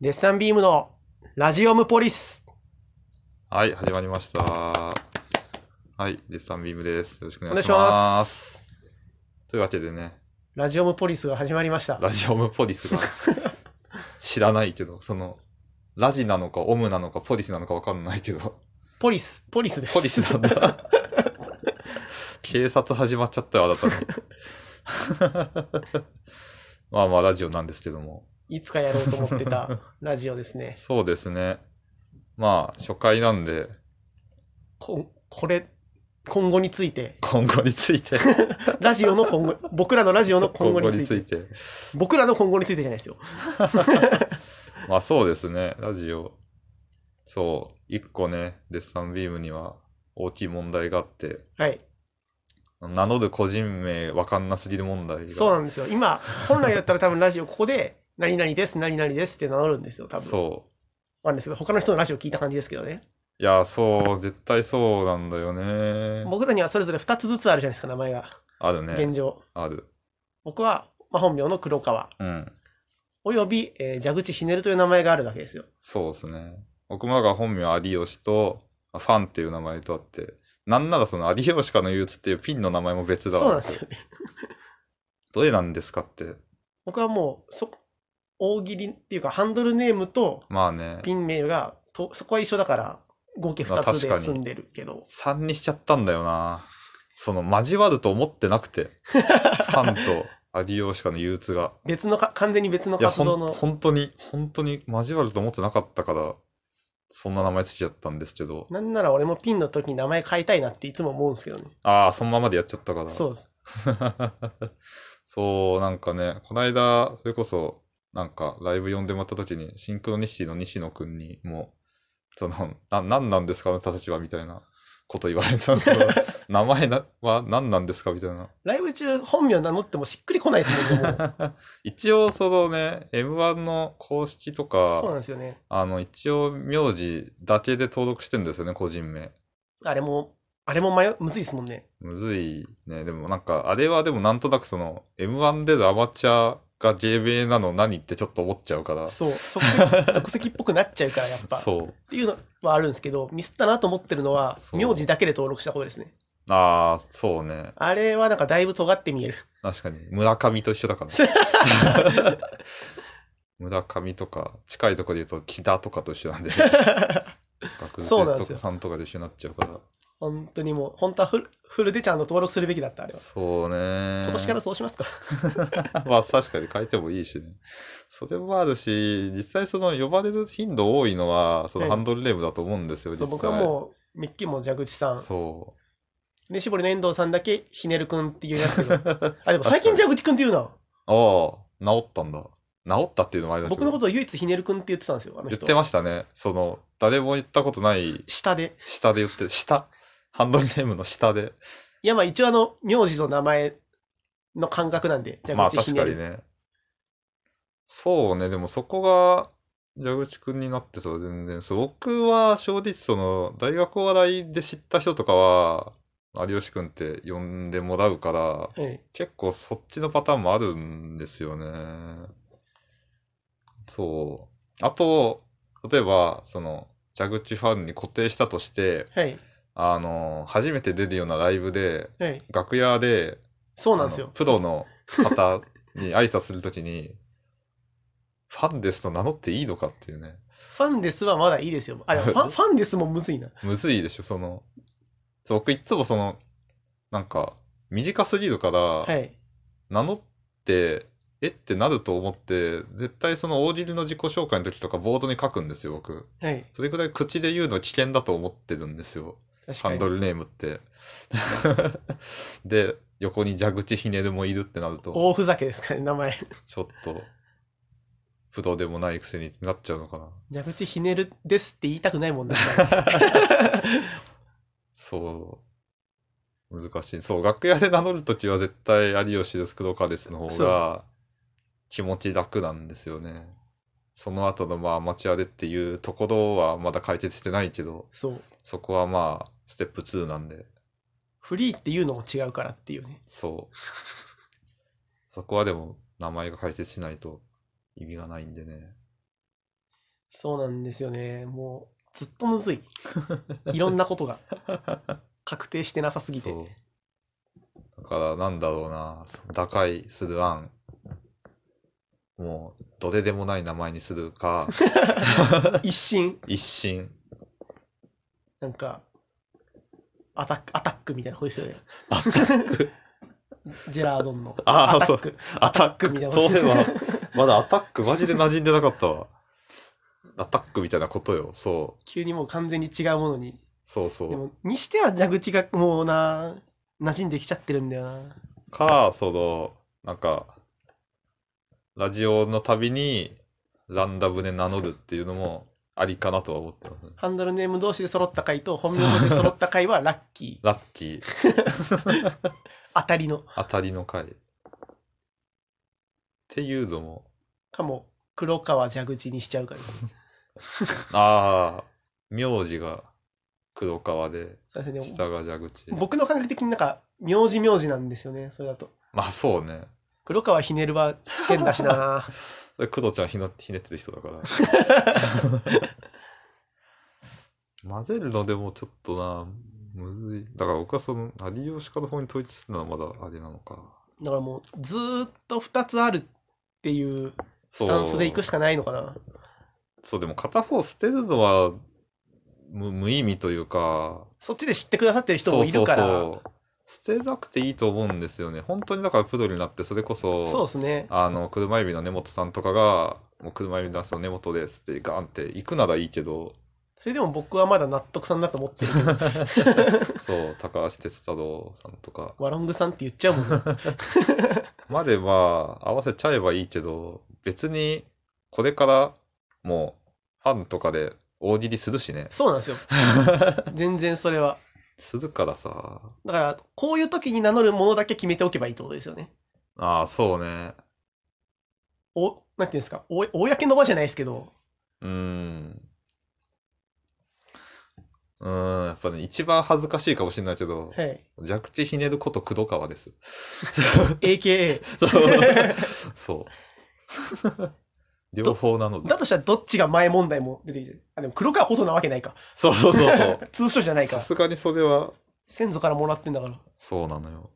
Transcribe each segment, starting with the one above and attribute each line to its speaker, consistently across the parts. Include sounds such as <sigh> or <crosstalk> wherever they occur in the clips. Speaker 1: デッサンビームのラジオムポリス。
Speaker 2: はい、始まりました。はい、デッサンビームです。よろしくお
Speaker 1: お
Speaker 2: 願
Speaker 1: 願
Speaker 2: い
Speaker 1: い
Speaker 2: し
Speaker 1: し
Speaker 2: ま。
Speaker 1: ますす。
Speaker 2: というわけでね、
Speaker 1: ラジオムポリスが始まりました。
Speaker 2: ラジオムポリスが <laughs> 知らないけど、その、ラジなのかオムなのかポリスなのかわかんないけ
Speaker 1: <laughs>
Speaker 2: ど、
Speaker 1: ポリス、ポリスです。
Speaker 2: ポリスなん。だ。警察始まっちゃったよ、新たに。 <laughs> まあまあ、ラジオなんですけども。
Speaker 1: いつかやろうと思って
Speaker 2: <laughs>
Speaker 1: たラジオですね。
Speaker 2: そうですね。まあ、初回なんで、
Speaker 1: ここれ、今後について、
Speaker 2: 今後について、
Speaker 1: ラジオの今後、僕らのラジオの今
Speaker 2: 今
Speaker 1: 後
Speaker 2: 後
Speaker 1: につ
Speaker 2: に
Speaker 1: いて
Speaker 2: つ、いて。
Speaker 1: 僕らの今後についてじゃないですよ。
Speaker 2: まあそうですね、ラジオ。そう、一個ね、デッサンビームには大きい問題があって、
Speaker 1: はい。
Speaker 2: 名乗る個人名わかんなすぎる問題が。
Speaker 1: そうなんですよ。今、本来だったら多分ラジオここで、何々です、何々ですって名乗るんですよ、多分。
Speaker 2: そう
Speaker 1: なんですけど、他の人のラジオ聞いた感じですけどね。
Speaker 2: いや、そう、絶対そうなんだよね。
Speaker 1: 僕らにはそれぞれ2つずつあるじゃないですか、名前が。
Speaker 2: ある
Speaker 1: 現
Speaker 2: ね。
Speaker 1: 状。
Speaker 2: ある。
Speaker 1: 僕は、まあ、本名の黒川。
Speaker 2: うん。
Speaker 1: および、えー蛇口ひねるという名前があるわけですよ。
Speaker 2: そうですね。僕もが本名有吉と、あファンっていう名前とあって、なんならその有吉かの憂鬱っていうピンの名前も別だわ
Speaker 1: そうなんですよね。 <laughs>
Speaker 2: どれなんですかって。
Speaker 1: 僕はもう、そ、大喜利っていうか、ハンドルネームと
Speaker 2: まあね、
Speaker 1: ピン名がと、そこは一緒だから、合計
Speaker 2: まあ
Speaker 1: 2
Speaker 2: 確
Speaker 1: つで
Speaker 2: かに
Speaker 1: 済んでるけど、
Speaker 2: 3にしちゃったんだよな。その交わると思ってなく
Speaker 1: <laughs>
Speaker 2: て、ファンと有吉かの憂鬱が。
Speaker 1: 別のか、完全に別の
Speaker 2: いや、
Speaker 1: 活
Speaker 2: ほ
Speaker 1: 動
Speaker 2: ん
Speaker 1: の、
Speaker 2: 本当に、本当に交わると思ってなかったから、そんな名前つけちゃったんですけど、
Speaker 1: なんなら俺もピンの時に名前変えたいなっていつも思うんですけどね。
Speaker 2: ああ、そのままでやっちゃったから。
Speaker 1: そうです。
Speaker 2: <laughs> そう、なんかね、こないだ、それこそ、なんか、ライブ呼んでもらった時に、シンクロニシティの西野くんにも、その、な、なんなんですか、あなたたちは、みたいなこと言われたんです
Speaker 1: <laughs>
Speaker 2: けど名前なは何なんですか、みたいな。
Speaker 1: ライブ中、本名名乗ってもしっくりこないですもんね、もう
Speaker 2: <laughs> 一応、そのね、M1 の公式と
Speaker 1: そうなん
Speaker 2: か、
Speaker 1: ですよね。
Speaker 2: あの、一応、名字だけで登録してんですよね、個人名。
Speaker 1: あれも、あれも迷うむずいですもんね。
Speaker 2: むずいね。でもなんか、あれはでもなんとなくその、M1 でのアマチュアが芸名なの何ってちょっと思っちゃうから。
Speaker 1: そう、即席 <laughs> 即席っぽくなっちゃうから、やっぱ。っ
Speaker 2: そう。
Speaker 1: ていうのはあるんですけど、ミスったなと思ってるのは、
Speaker 2: そう
Speaker 1: 名字だけで登録した方ですね。
Speaker 2: ああ、そうね。
Speaker 1: あれはなんかだいぶ尖って見える。
Speaker 2: 確かに。村上と一緒だから。
Speaker 1: <laughs>
Speaker 2: 村上とか、近いところで言うと、木田とかと一緒なんで、
Speaker 1: <laughs>
Speaker 2: 学
Speaker 1: そうなんで
Speaker 2: 生と
Speaker 1: すよ
Speaker 2: かさんとかで一緒になっちゃうから。
Speaker 1: 本当にもう、本当はフルフルでちゃんと登録するべきだった、あれは。
Speaker 2: そうね。
Speaker 1: 今年からそうしますか。 <laughs>
Speaker 2: まあ確かに変えてもいいしね。それもあるし、実際その呼ばれる頻度多いのは、その
Speaker 1: はい
Speaker 2: ハンドルネームだと思うんですよ、実
Speaker 1: そう僕
Speaker 2: 際。
Speaker 1: はもう、ミッキーも蛇口さん、
Speaker 2: そ
Speaker 1: ねしぼりの遠藤さんだけひねるくんって言いますけ
Speaker 2: <laughs> う。
Speaker 1: ど、あ、でも最近
Speaker 2: 確かに
Speaker 1: 蛇口くんって言うな。
Speaker 2: ああ、治ったんだ。治ったっていうのもあれだけど。
Speaker 1: 僕のことを唯一ひねるくんって言ってたんですよ、あの
Speaker 2: 言
Speaker 1: 人。
Speaker 2: ってましたね。その、誰も言ったことない、
Speaker 1: 下で。
Speaker 2: 下で言って、下。ハンドルネームの下で。
Speaker 1: いや、まあ一応あの、名字と名前の感覚なんで、蛇
Speaker 2: まあ
Speaker 1: 口ひ
Speaker 2: 確
Speaker 1: ね
Speaker 2: か
Speaker 1: る。
Speaker 2: にね。そうね、でもそこが、蛇口くんになってさ、全然。そう、僕は正直その、大学お笑いで知った人とかは、有吉くんって呼んでもらうから、
Speaker 1: ええ
Speaker 2: 結構そっちのパターンもあるんですよね。そう。あと、例えば、その、蛇口ファンに固定したとして、
Speaker 1: はい、
Speaker 2: あの、初めて出るようなライブで、
Speaker 1: はい。
Speaker 2: 楽屋で、
Speaker 1: そうなんです
Speaker 2: あ
Speaker 1: よ
Speaker 2: の。プロの方に挨拶するときに、 <laughs> ファンですと名乗っていいのかっていうね。
Speaker 1: ファンですはまだいいですよ。あ、でもファンファンですもむずいな。
Speaker 2: むずいでしょ、その。そう僕いつもその、なんか、短すぎるから、
Speaker 1: はい。
Speaker 2: 名乗って、えってなると思って、絶対その大喜利の自己紹介の時とかボードに書くんですよ、僕。
Speaker 1: はい。
Speaker 2: それくらい口で言うの危険だと思ってるんですよ。
Speaker 1: 確
Speaker 2: ハ
Speaker 1: か
Speaker 2: ン
Speaker 1: に
Speaker 2: ド。ルネームって。 <laughs> で、横に蛇口ひねるもいるってなると、
Speaker 1: 大ふざけですかね、名
Speaker 2: <laughs>
Speaker 1: 前。
Speaker 2: ちょっと、プロでもないくせにってなっちゃうのかな。
Speaker 1: 蛇口ひねるですって言いたくないもんだ
Speaker 2: <laughs> そう。難しい。そう、楽屋で名乗るときは絶対有吉です、黒川ですの方
Speaker 1: そう
Speaker 2: が気持ち楽なんですよね。その後のまあアマチュアでっていうところはまだ解決してないけど、
Speaker 1: そう。
Speaker 2: そこはまあステップ2なんで、
Speaker 1: フリーっていうのも違うからっていうね。 <laughs>
Speaker 2: そう。そこはでも名前が解決しないと意味がないんでね。
Speaker 1: そうなんですよね。もう、ずっとむず
Speaker 2: <laughs>
Speaker 1: い。いろんなことが確定してなさすぎて。
Speaker 2: そうだからなんだろうなその打開する案もうどれでもない名前にする
Speaker 1: <laughs>
Speaker 2: か
Speaker 1: 一新、
Speaker 2: 一新
Speaker 1: なんか、アタック、アタックみたいな方ですよね。
Speaker 2: アタック
Speaker 1: ジェラードンの。
Speaker 2: あー
Speaker 1: アタック。
Speaker 2: アタッ
Speaker 1: クみたいな
Speaker 2: そういえばまだアタックマジで馴染んでなかったわアタックみたいなことよそう
Speaker 1: <laughs> 急にもう完全に違うものに。
Speaker 2: そうそ
Speaker 1: で
Speaker 2: う
Speaker 1: も、にしては蛇口がもうな、馴染んできちゃってるんだよな。
Speaker 2: かそのなんかラジオのたびにランダムで名乗るっていうのもありかなとは思ってますね
Speaker 1: ハンドルネーム同士で揃った回と、本名同士で揃った回はラッキー。
Speaker 2: ラッキー
Speaker 1: 当たりの。
Speaker 2: 当たりの回。っていうのも、
Speaker 1: かも、黒川蛇口にしちゃうからですね。
Speaker 2: ああ、名字が黒川で、
Speaker 1: そうですね。
Speaker 2: 下が蛇口。
Speaker 1: 僕の感覚的になんか、名字名字なんですよね、それだと。
Speaker 2: まあそうね。
Speaker 1: 黒川ひねるは変だし
Speaker 2: <laughs>
Speaker 1: な
Speaker 2: それ黒ちゃんひなひねってる人
Speaker 1: <laughs>
Speaker 2: だから。混ぜるのでもちょっとな、むずい。だから僕はその、有吉家の方に統一するのはまだあれなのか。
Speaker 1: だからもう、ずーっと2つあるっていうスタンスでいくしかないのかな。
Speaker 2: そう、でも片方捨てるのは無無意味というか、
Speaker 1: そっちで知ってくださってる人もいるから。
Speaker 2: そうそうそう捨てなくていいと思うんですよね本当にだからプロになってそれこそ
Speaker 1: そうですね。
Speaker 2: あの車指の根本さんとかが「もう車指ダンスの根本です」ってガンって行くならいいけど
Speaker 1: <laughs> それでも僕はまだ納得さんだと思ってるけど、
Speaker 2: <laughs> そう高橋哲太郎さんとか
Speaker 1: ワロングさんって言っちゃうもんね。
Speaker 2: までは合わせちゃえばいいけど別にこれからもうファンとかで大喜利するしね
Speaker 1: そうなんで
Speaker 2: <laughs>
Speaker 1: すよ。全然それは。
Speaker 2: するからさ
Speaker 1: だから、こういう時に名乗るものだけ決めておけばいいってことですよね。
Speaker 2: ああそうね
Speaker 1: お、なんていうんですか、お公の場じゃないですけど、
Speaker 2: うーん。うーん、やっぱね、一番恥ずかしいかもしれないけど、
Speaker 1: はい。
Speaker 2: 弱地ひねること黒川です。
Speaker 1: AKA。
Speaker 2: <laughs> そう。そう両方なの
Speaker 1: <laughs>
Speaker 2: で
Speaker 1: だ。としたらどっちが前問題も出てきてる。あ、でも黒川ほどなわけないか。
Speaker 2: そうそうそうそ
Speaker 1: <laughs>
Speaker 2: う。
Speaker 1: 通称じゃない
Speaker 2: さ
Speaker 1: か。
Speaker 2: すがにそれは、
Speaker 1: 先祖からもらってんだから。だ
Speaker 2: そうなのよ。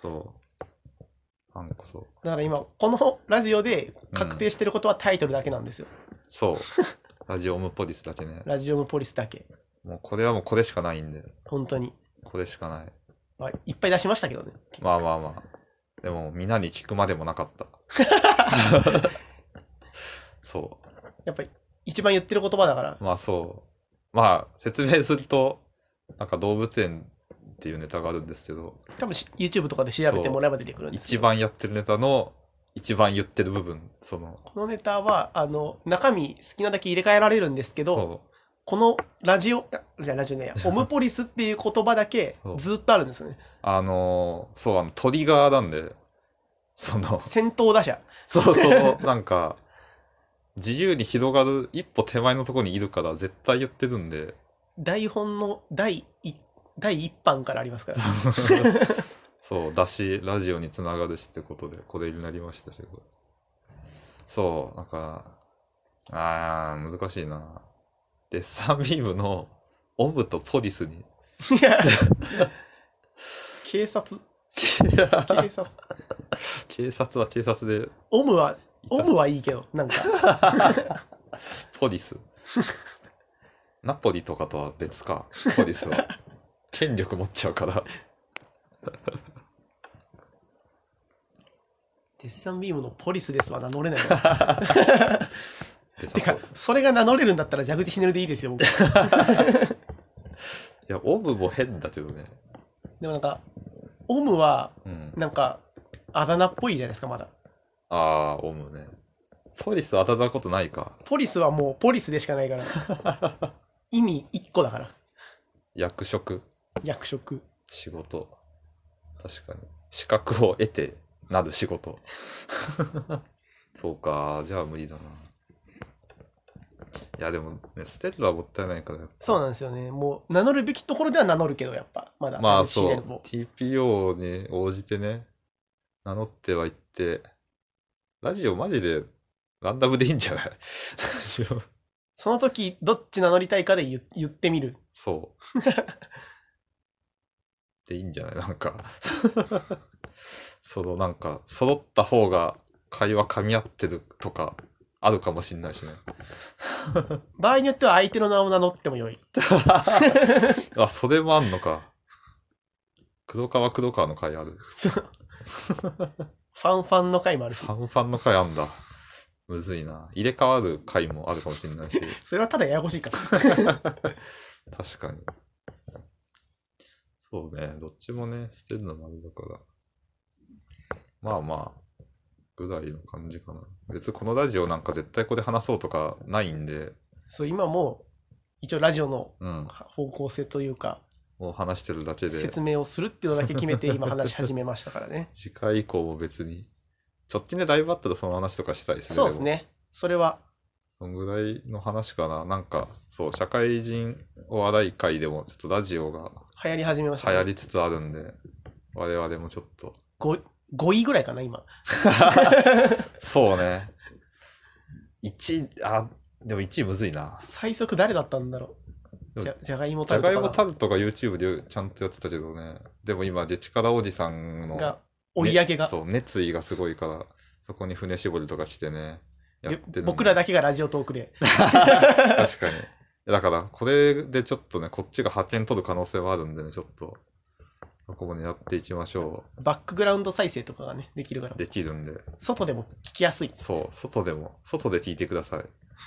Speaker 2: そう。なんこそ。
Speaker 1: から今、このラジオで確定してることはタイトルだけなんですよ。
Speaker 2: そう。ラジオムポリスだけね。
Speaker 1: ラジオムポリスだけ。
Speaker 2: もうこれはもうこれしかないんで。
Speaker 1: 本当に。
Speaker 2: これしかない。
Speaker 1: まあ、いっぱい出しましたけどね。
Speaker 2: まあまあまあ。でも、みんなに聞くまでもな
Speaker 1: <laughs>
Speaker 2: かった。そ
Speaker 1: やっぱり一番言ってる言葉だから
Speaker 2: う。。まあそう。まあ、説明すると、なんか動物園っていうネタがあるんですけど、
Speaker 1: 多分し YouTube とかで調べてもらえば出てくるんですけ
Speaker 2: 一
Speaker 1: ど
Speaker 2: 番やってるネタの、一番言ってる部分、その、
Speaker 1: このネタはあの中身好きなだけ入れ替えられるんですけど
Speaker 2: そう
Speaker 1: このラジオあじゃあラジオ
Speaker 2: <laughs>
Speaker 1: ねオムポリスっていう言葉だけ
Speaker 2: そう
Speaker 1: ずっとあるんですよね
Speaker 2: あのーそう、あの、トリガーなんで、その、
Speaker 1: 先頭打者
Speaker 2: そうそう、なんか、自由に広がる一歩手前のところにいるから、絶対言ってるんで、
Speaker 1: 台本の第一第一版からありますから
Speaker 2: <laughs> そう、だし、ラジオにつながるしってことで、これになりましたけど。そう、なんか、あー、難しいな。デッサンビームのオブとポリスに。 <laughs>
Speaker 1: いや警察警察
Speaker 2: 警察は警察で
Speaker 1: オムはい
Speaker 2: た
Speaker 1: オムはいいけどなんか
Speaker 2: ポリス。ナポリとかとは別か、ポリスは。権力持っちゃうから。
Speaker 1: デッサンビームのポリスですは名乗れないわ
Speaker 2: <laughs> でさ
Speaker 1: てかそれが名乗れるんだったら蛇口ひねるでいいですよ僕
Speaker 2: いや、オブも変だけどね。
Speaker 1: でもなんかオムは
Speaker 2: うん。
Speaker 1: なんか、あだ名っぽいじゃないですか、まだ。
Speaker 2: あー、オムね。ポリス当たったことないか。
Speaker 1: ポリスはもうポリスでしかないから。意味1個だから。
Speaker 2: 役職。
Speaker 1: 役職。
Speaker 2: 仕事確かに資格を得てなる
Speaker 1: <laughs>
Speaker 2: 仕事そうかじゃあ無理だないやでもね捨てるのはもったいないから
Speaker 1: そう
Speaker 2: う
Speaker 1: なんですよね。もう名乗るべきところでは名乗るけど、やっぱ、まだ。
Speaker 2: まあ
Speaker 1: シ
Speaker 2: そ
Speaker 1: ネ
Speaker 2: う
Speaker 1: ルも
Speaker 2: TPO に応じてね名乗ってはいってラジオマジでランダムでいいんじゃない <laughs>
Speaker 1: その時、どっち名乗りたいかで言言ってみる。
Speaker 2: そう。でいいんじゃない <laughs> なんか、そのなんか、揃った方が会話噛み合ってるとか、あるかもしんないしね。
Speaker 1: 場合によっては相手の名を名乗ってもよい。
Speaker 2: あ、それもあんのか。黒川黒川の会ある。
Speaker 1: ファンファンの回もあるし
Speaker 2: フ、ァンファンの会あんだ。むずいな。入れ替わる会もあるかもしんないし。
Speaker 1: それはただややこしいから。
Speaker 2: 確かに。そうね、どっちもね、捨てるのもあれだから。まあまあ、ぐらいの感じかな。別にこのラジオなんか絶対ここで話そうとかないんで、
Speaker 1: そう、今もう、一応ラジオの
Speaker 2: うん、
Speaker 1: 方向性というか、
Speaker 2: もう話してるだけで。
Speaker 1: 説、明をするっていうのだけ決めて今話し始めましたからね
Speaker 2: 次回以降も別に、ちょっちねだいぶあったらその話とかしたいですね。
Speaker 1: そうです
Speaker 2: も。
Speaker 1: ね。それは、
Speaker 2: そんぐらいの話かな。なんか、そう、社会人お笑い会でも、ちょっとラジオが
Speaker 1: 流行り始めました、
Speaker 2: 流
Speaker 1: ね。
Speaker 2: 行りつつあるんで、我々もちょっと
Speaker 1: 5, 位ぐらいかな、今。
Speaker 2: そうね。1あ、でも1位むずいな。
Speaker 1: 最速誰だったんだろう。じゃじゃがいも
Speaker 2: じ
Speaker 1: タ
Speaker 2: ゃ
Speaker 1: ルト
Speaker 2: が
Speaker 1: か
Speaker 2: いも
Speaker 1: な
Speaker 2: タルトが YouTube でちゃんとやってたけどね。でも今、デチカラおじさんの、
Speaker 1: が追い上げ
Speaker 2: ね
Speaker 1: が、
Speaker 2: そう、熱意がすごいから、そこに船絞りとかしてね。やって
Speaker 1: で
Speaker 2: る
Speaker 1: 僕ら
Speaker 2: だ。
Speaker 1: だけがラジオトークで
Speaker 2: 確かに。だから、これでちょっとね、こっちが派遣取る可能性はあるんでね、ちょっと、そこも狙っていきましょ
Speaker 1: バックグラウンド再生とかがねできるから
Speaker 2: う。できるんで。
Speaker 1: 外でも聞きやすい
Speaker 2: そう、外でも、外で聞いてください。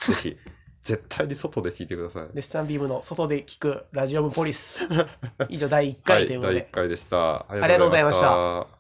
Speaker 2: ぜひ、絶対に外で聞いてください。
Speaker 1: デスタンビームの外で聞くラジオムポリス以上第1回ということで、
Speaker 2: はい、第1回でした。あ
Speaker 1: りがとうございました
Speaker 2: た。